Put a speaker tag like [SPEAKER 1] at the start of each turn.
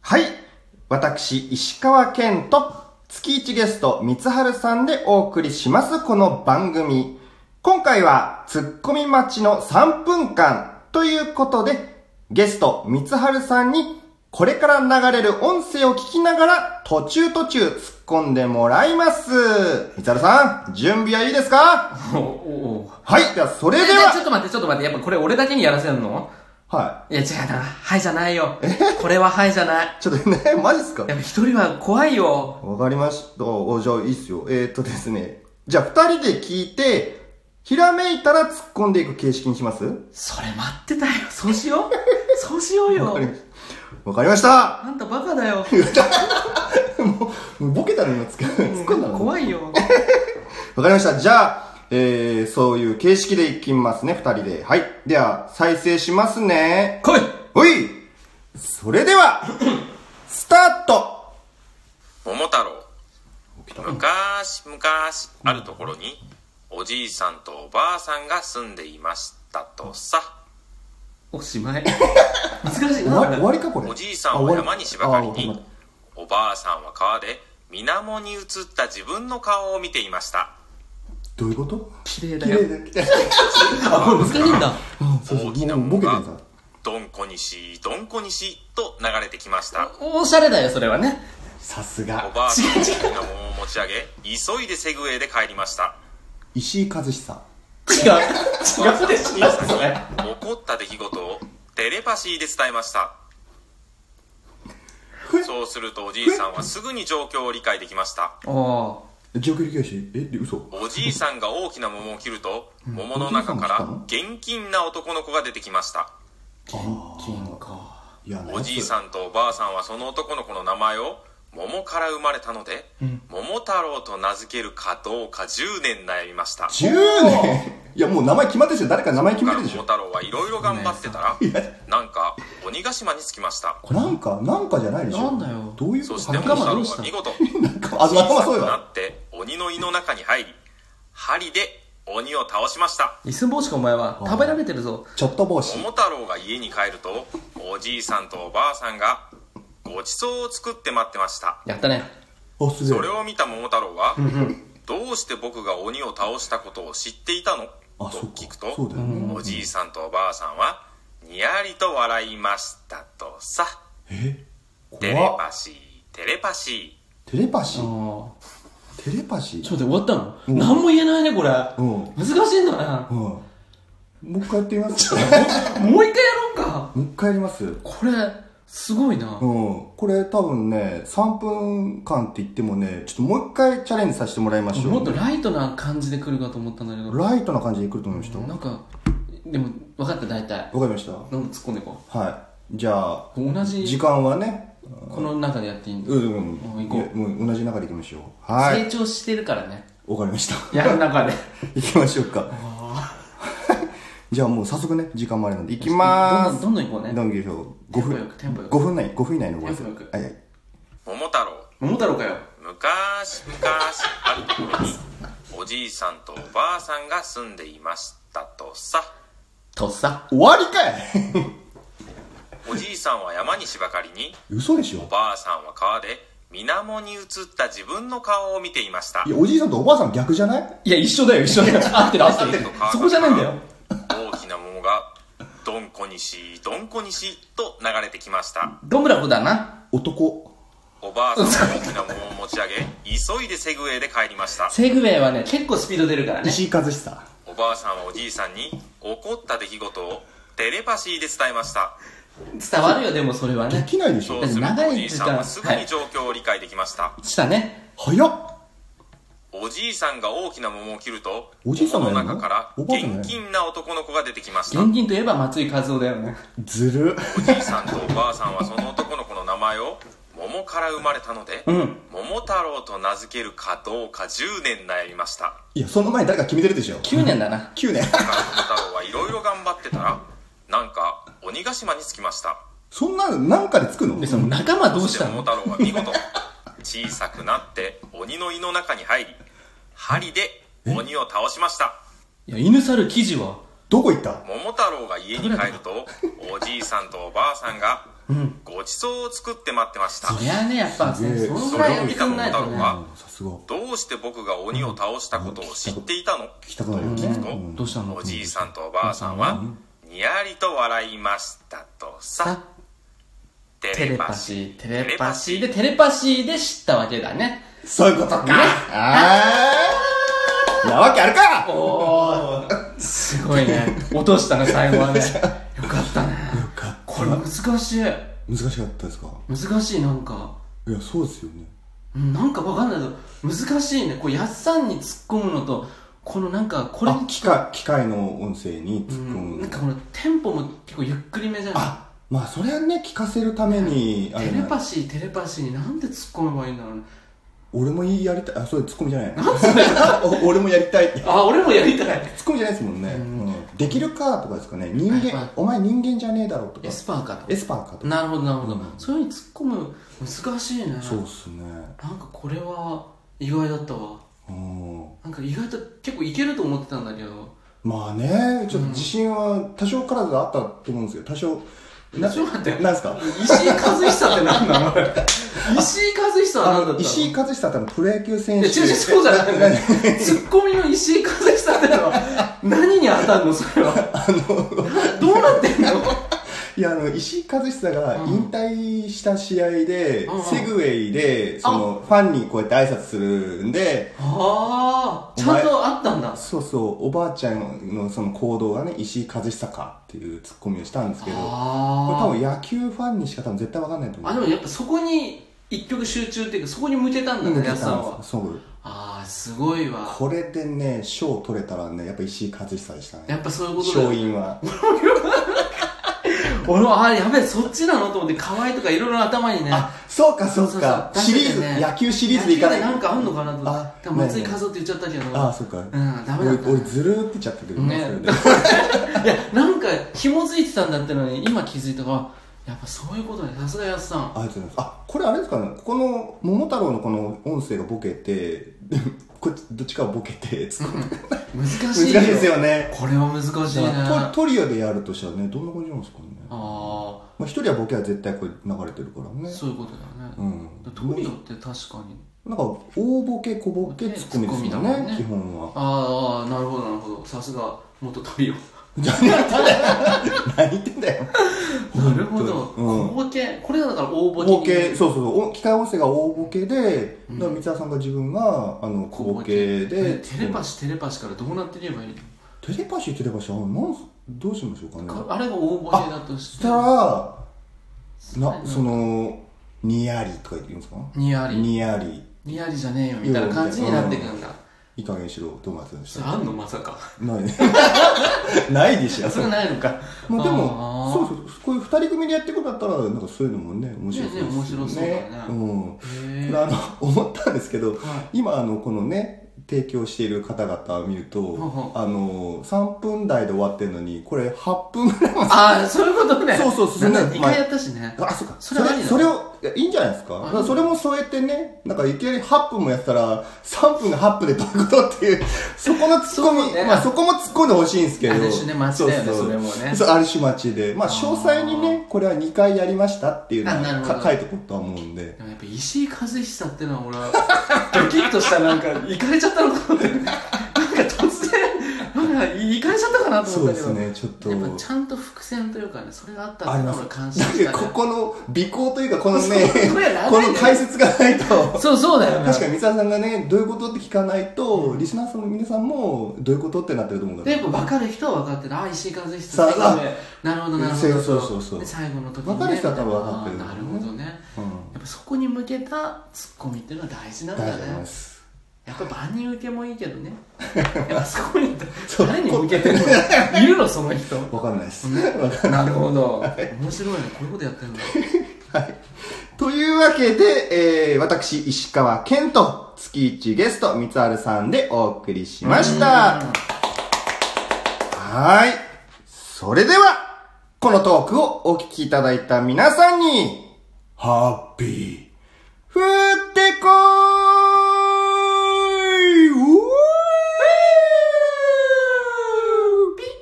[SPEAKER 1] はい。私、石川健と、月一ゲスト、三春さんでお送りします、この番組。今回は、ツッコミ待ちの3分間ということで、ゲスト、三春さんに、これから流れる音声を聞きながら、途中途中突っ込んでもらいます。三春さん、準備はいいですか
[SPEAKER 2] おおお
[SPEAKER 1] はい。では、それで
[SPEAKER 2] ちょっ
[SPEAKER 1] は、
[SPEAKER 2] と待って、ちょっと待って。やっぱこれ俺だけにやらせるの
[SPEAKER 1] はい
[SPEAKER 2] や、違うな。はいじゃないよ。これははいじゃない。
[SPEAKER 1] い。ちょっとね、 マジっすか
[SPEAKER 2] やっぱ一人は怖いよ。
[SPEAKER 1] わかりました。おじゃあいいっすよ。えー、っとですね。じゃあ二人で聞いて、ひらめいたら突っ込んでいく形式にします
[SPEAKER 2] それ待ってたよ。そうしよう。そうしよう
[SPEAKER 1] わ
[SPEAKER 2] よ
[SPEAKER 1] かり。ました。わかりました
[SPEAKER 2] あんたバカだよ。
[SPEAKER 1] もうボケたの今突っ込ん突っ込んだのわか
[SPEAKER 2] 怖いよ。
[SPEAKER 1] りました。じゃあ、えー、そういう形式でいきますね、二人で。はい。では、再生しますね。
[SPEAKER 2] 来い
[SPEAKER 1] ほいそれでは、スタート
[SPEAKER 3] 桃太郎昔昔あるところにおじいさんとおばあさんが住んでいましたとさ
[SPEAKER 2] おしまい。難しい
[SPEAKER 1] 終わり
[SPEAKER 2] な。
[SPEAKER 1] 終わりかこれ。
[SPEAKER 3] おじいさ
[SPEAKER 1] あ
[SPEAKER 3] んは
[SPEAKER 1] 終わり
[SPEAKER 3] 山に芝刈り
[SPEAKER 1] あわか
[SPEAKER 3] に
[SPEAKER 1] っ
[SPEAKER 3] おばあさんは川で水面に映った自分の顔を見ていました
[SPEAKER 1] たどういうこと
[SPEAKER 2] 綺
[SPEAKER 1] 綺
[SPEAKER 2] 麗だよ。
[SPEAKER 1] 麗だ。
[SPEAKER 2] あ、これ難しいんだ。
[SPEAKER 1] そうそう、
[SPEAKER 3] 大きな
[SPEAKER 1] もうボケて
[SPEAKER 3] が
[SPEAKER 1] んさ。
[SPEAKER 3] どんこにしどんこにしと流れてきました
[SPEAKER 2] おしゃれだよ、それはね。
[SPEAKER 1] さす
[SPEAKER 3] お
[SPEAKER 1] が。
[SPEAKER 3] ばあさんは水面を持ち上げ急いでセグウェイで帰りました
[SPEAKER 1] 石井和久。
[SPEAKER 2] 違う。違うでしょ。それ。
[SPEAKER 3] 起こった出来事をテレパシーで伝えましたそうするとおじいさんはすぐに状況を理解できました
[SPEAKER 2] おー。
[SPEAKER 1] 記憶力教師え、で嘘
[SPEAKER 3] おじいさんが大きな桃を切ると桃の中から現金な男の子が出てきました
[SPEAKER 1] 金か。いや、
[SPEAKER 3] おじい
[SPEAKER 1] ん。
[SPEAKER 3] さんとおばあさんはその男の子の名前を桃から生まれたので桃太郎と名付けるかどうか10年悩みました
[SPEAKER 1] 10年いや、もう名前決まってるでしょ誰か名前決めてるでし
[SPEAKER 3] 桃
[SPEAKER 1] ょ
[SPEAKER 3] 太郎はいろいろ頑張ってたらなんか鬼ヶ島に着きました
[SPEAKER 1] なんか、なんかじゃないでしょ
[SPEAKER 2] なんだよ
[SPEAKER 1] どういうこと
[SPEAKER 3] そして
[SPEAKER 1] 仲
[SPEAKER 3] 桃太
[SPEAKER 1] 間
[SPEAKER 3] 郎
[SPEAKER 1] どう
[SPEAKER 3] は見事
[SPEAKER 1] なんか、あ、仲間そう
[SPEAKER 3] な
[SPEAKER 1] よ。
[SPEAKER 3] って鬼の胃の中に入り針で鬼を倒しました
[SPEAKER 2] 椅子帽子かお前は。食べられてるぞ。
[SPEAKER 1] ちょっと帽子。
[SPEAKER 3] 桃太郎が家に帰るとおじいさんとおばあさんがごちそうを作って待ってました
[SPEAKER 2] やったね。
[SPEAKER 1] あ、すげえ
[SPEAKER 3] それ。を見た桃太郎は「どうして僕が鬼を倒したことを知っていたの?」
[SPEAKER 1] あ、
[SPEAKER 3] と
[SPEAKER 1] そっ
[SPEAKER 3] 聞く
[SPEAKER 1] か。
[SPEAKER 3] と
[SPEAKER 1] そうだよね。
[SPEAKER 3] おじいさんとおばあさんはにやりと笑いましたとさ
[SPEAKER 1] え
[SPEAKER 3] テレ
[SPEAKER 1] 怖っ
[SPEAKER 3] パシーテレパシ
[SPEAKER 1] テレパシー
[SPEAKER 2] おー。
[SPEAKER 1] テレパシ
[SPEAKER 2] ち
[SPEAKER 1] ー
[SPEAKER 2] ょっと待って終わったの、何も言えないね、これ。
[SPEAKER 1] ん
[SPEAKER 2] 難しいんだな。
[SPEAKER 1] うん。もう一回やってみます
[SPEAKER 2] もう一回やろうか。
[SPEAKER 1] もう一回やります。うん。
[SPEAKER 2] これ、すごいな。
[SPEAKER 1] これ多分ね、3分間って言ってもね、ちょっともう一回チャレンジさせてもらいましょう。
[SPEAKER 2] もっとライトな感じで来るかと思ったんだけど。
[SPEAKER 1] ライトな感じで来ると思いました。わ
[SPEAKER 2] な
[SPEAKER 1] か
[SPEAKER 2] んか、でも、分かった、大体。
[SPEAKER 1] りました
[SPEAKER 2] なんか突っ込んでいこ
[SPEAKER 1] はい。じゃあ、
[SPEAKER 2] う。同じ、
[SPEAKER 1] 時間はね、
[SPEAKER 2] この中でやっていいんだ。
[SPEAKER 1] うん、うん、
[SPEAKER 2] うん行こう
[SPEAKER 1] いやもう同じ中で行きましょう。は
[SPEAKER 2] 成
[SPEAKER 1] い。
[SPEAKER 2] 長してるからね。
[SPEAKER 1] わかりました。
[SPEAKER 2] やる中で。
[SPEAKER 1] 行きましょうか。 じゃあもう早速ね、時間もあれなんで、行きまー
[SPEAKER 2] どんどん、
[SPEAKER 1] す。
[SPEAKER 2] どんどんいこうね。
[SPEAKER 1] どんぎり表、5
[SPEAKER 2] テンポよ
[SPEAKER 1] 分
[SPEAKER 2] く、テンポよく
[SPEAKER 1] 5分内、5分以内のごめんなさい
[SPEAKER 2] テンポよく
[SPEAKER 1] はいはい。
[SPEAKER 3] ー」桃太郎
[SPEAKER 2] 桃太郎かよ。
[SPEAKER 3] 昔々あるところにおじいさんとおばあさんが住んでいましたとさ
[SPEAKER 2] とっさ。
[SPEAKER 1] 終わりかい
[SPEAKER 3] おじいさんは山に芝刈りに
[SPEAKER 1] 嘘でしょ
[SPEAKER 3] おばあさんは川で水面に映った自分の顔を見ていました
[SPEAKER 1] いや、おじいさんとおばあさん逆じゃない
[SPEAKER 2] いや、一緒だよ、一緒だよ。合ってる、合ってる
[SPEAKER 3] 合ってる。
[SPEAKER 2] そこじゃないんだよ。
[SPEAKER 3] 大きな桃がどんこにしどんこにしと流れてきました
[SPEAKER 2] どんぶらこだな。
[SPEAKER 1] 男。
[SPEAKER 3] おばあさんは大きな桃を持ち上げ急いでセグウェイで帰りました
[SPEAKER 2] セグウェイはね、結構スピード出るからね。
[SPEAKER 1] 石井和久。
[SPEAKER 3] おばあさんはおじいさんに怒った出来事をテレパシーで伝えました
[SPEAKER 2] 伝わるよ、でもそれは
[SPEAKER 1] で
[SPEAKER 2] ね。
[SPEAKER 1] きないでし
[SPEAKER 3] そ
[SPEAKER 1] ょ
[SPEAKER 3] うするとおじいさんはすぐに状況を理解できました、
[SPEAKER 2] したね。
[SPEAKER 1] 早っ
[SPEAKER 3] おじいさんが大きな桃を切ると
[SPEAKER 1] おじいさんが
[SPEAKER 3] 桃
[SPEAKER 1] や
[SPEAKER 3] の
[SPEAKER 1] るの
[SPEAKER 3] 中から
[SPEAKER 1] おばあさんがやるの
[SPEAKER 3] 現金な男の子が出てきましたお
[SPEAKER 2] 現金といえば松井和夫だよね。
[SPEAKER 1] ずる。
[SPEAKER 3] じいさんとおばあさんはその男の子の名前を桃から生まれたので、
[SPEAKER 2] ん
[SPEAKER 3] 桃太郎と名付けるかどうか10年悩みました
[SPEAKER 1] いや、その前に誰か決めてるでしょ
[SPEAKER 2] 9年だな。
[SPEAKER 1] 9年。
[SPEAKER 3] だから桃太郎はいろいろ頑張ってたらなんか鬼ヶ島に着きました
[SPEAKER 1] そんな、なんかでつくの
[SPEAKER 2] で、その仲間どうし
[SPEAKER 3] で
[SPEAKER 2] たの
[SPEAKER 3] 桃太郎は見事小さくなって鬼の胃の中に入り針で鬼を倒しました
[SPEAKER 2] いや、犬猿記事は。
[SPEAKER 1] どこ行った
[SPEAKER 3] 桃太郎が家に帰るとおじいさんとおばあさんが
[SPEAKER 2] うん。
[SPEAKER 3] ごちそうを作って待ってました
[SPEAKER 2] そりゃね、やっぱ、
[SPEAKER 1] す
[SPEAKER 2] そ
[SPEAKER 1] げえ
[SPEAKER 2] のぐらいやってくんないと
[SPEAKER 3] それを
[SPEAKER 2] ね
[SPEAKER 3] 見たもんだろう。が
[SPEAKER 1] さすが。
[SPEAKER 3] どうして僕が鬼を倒したことを知っていたの
[SPEAKER 1] 聞きたくなるよ
[SPEAKER 2] ね
[SPEAKER 1] ね。
[SPEAKER 3] うん
[SPEAKER 2] どうしたの
[SPEAKER 3] おじいさんとおばあさんはにやりと笑いましたとさ
[SPEAKER 2] さ、
[SPEAKER 3] テ
[SPEAKER 2] テ
[SPEAKER 3] レ
[SPEAKER 2] レ
[SPEAKER 3] パ
[SPEAKER 2] パ
[SPEAKER 3] シー
[SPEAKER 2] シー、テレパシーで、テレパシーで知ったわけだね。
[SPEAKER 1] そういうことか。あーなわけあるかよ
[SPEAKER 2] おー、すごいね。落としたね、最後はね。よかったね。
[SPEAKER 1] かっ
[SPEAKER 2] これ難しい。
[SPEAKER 1] 難しかったですか
[SPEAKER 2] 難しい、なんか。
[SPEAKER 1] いや、そうですよね。
[SPEAKER 2] うんなんかわかんないけど、難しいね。こう、やっさんに突っ込むのと、このなんか、これ
[SPEAKER 1] あ、機械、機械の音声に突っ込
[SPEAKER 2] うん
[SPEAKER 1] む
[SPEAKER 2] なん。かこのテンポも結構ゆっくりめじゃない
[SPEAKER 1] あ、まあ、それはね、聞かせるために、あれ
[SPEAKER 2] テレ
[SPEAKER 1] な
[SPEAKER 2] パシーテレパシーになんで突っ込めばいいんだろうね
[SPEAKER 1] 俺もいいやりたい。あ、それ突っ込みじゃない。お 俺もやりたいって。
[SPEAKER 2] あ俺もやりたい
[SPEAKER 1] 突っ込みじゃないですもんね。うんできるかとかですかね。人
[SPEAKER 2] はいは
[SPEAKER 1] 間
[SPEAKER 2] い、
[SPEAKER 1] お前人間じゃねえだろとか
[SPEAKER 2] エ。スパーか
[SPEAKER 1] エスパーかと
[SPEAKER 2] と
[SPEAKER 1] か。
[SPEAKER 2] なるほどなるほど、
[SPEAKER 1] うん
[SPEAKER 2] そういうふうに突っ込む難しいね
[SPEAKER 1] そうっすね。
[SPEAKER 2] なんかこれは意外だったわ
[SPEAKER 1] うん。
[SPEAKER 2] なんか意外と結構いけると思ってたんだけど
[SPEAKER 1] まあね、ちょっと自信は多少からずあったと思うんですけど、多少。な
[SPEAKER 2] ちょっと待って
[SPEAKER 1] なんですか
[SPEAKER 2] 石井和久って何なの石井和久は何だった
[SPEAKER 1] あ
[SPEAKER 2] の
[SPEAKER 1] 石井和久ってあのプロ野球選
[SPEAKER 2] い
[SPEAKER 1] 手
[SPEAKER 2] や違う違うそうじゃないツッコミの石井和久ってのは何に当たるのそれはなどうなって んの
[SPEAKER 1] いやあの石井和久が
[SPEAKER 2] うん
[SPEAKER 1] 引退した試合で、
[SPEAKER 2] うんうん
[SPEAKER 1] セグウェイでそのファンにこうやって挨拶するんで
[SPEAKER 2] ああちゃんとあったんだ
[SPEAKER 1] そうそうおばあちゃんのその行動がね石井和久かっていうツッコミをしたんですけどこれ多
[SPEAKER 2] あ
[SPEAKER 1] 分野球ファンにしか多分絶対わかんないと
[SPEAKER 2] ー
[SPEAKER 1] 思う
[SPEAKER 2] あでもやっぱそこに一曲集中っていうかそこに向けたんだ
[SPEAKER 1] うん
[SPEAKER 2] ねやっさんは
[SPEAKER 1] そう
[SPEAKER 2] ああすごいわ
[SPEAKER 1] これでね賞取れたらねやっぱ石井和久でした
[SPEAKER 2] や
[SPEAKER 1] ね
[SPEAKER 2] っぱそういうことだ
[SPEAKER 1] 勝
[SPEAKER 2] よ
[SPEAKER 1] 因は
[SPEAKER 2] 俺もああやべえそっちなのと思って河合とかいろいろ頭にね
[SPEAKER 1] あそうかそうか
[SPEAKER 2] そうそう
[SPEAKER 1] シリーズ、
[SPEAKER 2] 出してね
[SPEAKER 1] 野球シリーズでいかない
[SPEAKER 2] 野球でなんかあんのかなと思
[SPEAKER 1] あ
[SPEAKER 2] ってでも松井和夫って言っちゃったけど
[SPEAKER 1] ああそうか、
[SPEAKER 2] うんダメだった
[SPEAKER 1] 俺俺ずるーって言っちゃったけど
[SPEAKER 2] ね
[SPEAKER 1] それ で
[SPEAKER 2] いやなんか紐づいてたんだってのに今気づいたからやっぱそういうことねさすがやっさん
[SPEAKER 1] ありがとうございます。あ、これあれですかね、ここの桃太郎のこの音声がボケて、こっちどっちかがボケて、つ難
[SPEAKER 2] 難しい
[SPEAKER 1] しいですよね。
[SPEAKER 2] これは難しいね
[SPEAKER 1] だから
[SPEAKER 2] あ
[SPEAKER 1] トトリオでやるとしたらね、どんな感じなんですかね。ま
[SPEAKER 2] あ
[SPEAKER 1] あ、一人はボケは絶対これ流れてるから
[SPEAKER 2] ー
[SPEAKER 1] ね。
[SPEAKER 2] そういうことだ
[SPEAKER 1] う
[SPEAKER 2] よね、
[SPEAKER 1] ん。
[SPEAKER 2] トリオって確かに
[SPEAKER 1] なんか、大ボケ、小ボケ、
[SPEAKER 2] ね
[SPEAKER 1] ツッコミですよ
[SPEAKER 2] ツッコミだもん
[SPEAKER 1] ね、
[SPEAKER 2] ね
[SPEAKER 1] 基本は。
[SPEAKER 2] あーあーなるほどなるほどさすが元トリオ
[SPEAKER 1] じゃあ、何言ってんだよ。 何言ってんだよ。
[SPEAKER 2] なるほど
[SPEAKER 1] 本当にうん
[SPEAKER 2] 大ボケこれだから大ボケに
[SPEAKER 1] ボケ、そうそうそう、お機械音声が大ボケで、だから三沢さんが自分が、あの、小ボケで、
[SPEAKER 2] ねテレパシーテレパシーからどうなってればいいの
[SPEAKER 1] テレパシーテレパシーあなんすどうしましょうかね
[SPEAKER 2] かあれが大ボケだと
[SPEAKER 1] そ
[SPEAKER 2] し
[SPEAKER 1] してたらな
[SPEAKER 2] うん
[SPEAKER 1] そのにやりとか言っていいんですか
[SPEAKER 2] ニヤリ
[SPEAKER 1] にやり
[SPEAKER 2] ニヤリじゃねえよみたいな感じになってくんだ
[SPEAKER 1] いい加減しろどうなってるんでし
[SPEAKER 2] それ
[SPEAKER 1] た
[SPEAKER 2] あんのまさか
[SPEAKER 1] ない ねないでしょ
[SPEAKER 2] それないのか
[SPEAKER 1] まあで
[SPEAKER 2] あ
[SPEAKER 1] も
[SPEAKER 2] ー
[SPEAKER 1] そうそうこういう二人組でやっていくんだったらなんかそういうのもね面白そうですよ
[SPEAKER 2] ねね面白そうだね
[SPEAKER 1] うんこ
[SPEAKER 2] へ
[SPEAKER 1] れ
[SPEAKER 2] ー
[SPEAKER 1] あの思ったんですけど
[SPEAKER 2] は
[SPEAKER 1] 今あのこのね提供している方々を見ると
[SPEAKER 2] ほうほう
[SPEAKER 1] あの3分台で終わってるのにこれ8分ぐらいまで
[SPEAKER 2] ああそういうことね
[SPEAKER 1] そうそうそう
[SPEAKER 2] な
[SPEAKER 1] ね
[SPEAKER 2] んだ2回やったしね
[SPEAKER 1] あ、そうか。そ
[SPEAKER 2] そ
[SPEAKER 1] れ
[SPEAKER 2] れ
[SPEAKER 1] そ
[SPEAKER 2] は
[SPEAKER 1] れ
[SPEAKER 2] いいな
[SPEAKER 1] を、いやいいんじゃないですか。だから
[SPEAKER 2] うん
[SPEAKER 1] それも添えてね、なんかいきなり8分もやってたら、3分が8分でどういうことっていう、 そこのツッコ
[SPEAKER 2] そ
[SPEAKER 1] ミ、
[SPEAKER 2] うね
[SPEAKER 1] まあそこも突っ込んでほしいんですけど。
[SPEAKER 2] ある種ね待ちだよね
[SPEAKER 1] うう
[SPEAKER 2] それもね
[SPEAKER 1] そう、ある種待ちで。まあ詳細にね、これは2回やりましたっていうの
[SPEAKER 2] あなる
[SPEAKER 1] を
[SPEAKER 2] ほ
[SPEAKER 1] か
[SPEAKER 2] ど
[SPEAKER 1] 書いておこうとは思うんで。
[SPEAKER 2] でもやっぱ石井和久ってのは俺は ドキッとしたなんかいかれちゃったのかなってなんか突然なんかいかれちゃったかなと
[SPEAKER 1] そう
[SPEAKER 2] 思っ
[SPEAKER 1] で
[SPEAKER 2] たけど
[SPEAKER 1] すね、ちょっと。
[SPEAKER 2] やっぱちゃんと伏線というかねそれがあったっ
[SPEAKER 1] あり
[SPEAKER 2] ていうの
[SPEAKER 1] ま
[SPEAKER 2] は
[SPEAKER 1] す
[SPEAKER 2] 俺
[SPEAKER 1] だけど、
[SPEAKER 2] 感。心した
[SPEAKER 1] こ
[SPEAKER 2] ね
[SPEAKER 1] この尾行というか、このね
[SPEAKER 2] そうこれ、長
[SPEAKER 1] こ
[SPEAKER 2] いね
[SPEAKER 1] の解説がないと。
[SPEAKER 2] そうそうだよ ね
[SPEAKER 1] 確かに三沢さんがね、どういうことって聞かないと、リスナーさんの皆さんも、どういうことってなってると思うから。
[SPEAKER 2] でやっぱ分かる人は分かってるああ石井和久って
[SPEAKER 1] さあ
[SPEAKER 2] なるほどなるほど
[SPEAKER 1] そうそうそうそう
[SPEAKER 2] で最後の時にね
[SPEAKER 1] 分かる人は多分分かってる
[SPEAKER 2] ああなるほどね
[SPEAKER 1] うん
[SPEAKER 2] やっぱそこに向けたツッコミっていうのは大事なんだ
[SPEAKER 1] 大丈夫で
[SPEAKER 2] ね
[SPEAKER 1] す。
[SPEAKER 2] やっぱ万人受けもいいけど ねやっぱそこに
[SPEAKER 1] そう
[SPEAKER 2] 誰に向けて るのいるのその人
[SPEAKER 1] わかんないです。
[SPEAKER 2] なるほど面白いねこういうことやってんだ
[SPEAKER 1] というわけで、えー、私、石川健と月一ゲスト、三春さんでお送りしました。はーい。それでは、このトークをお聞きいただいた皆さんに、ハッピー、フッ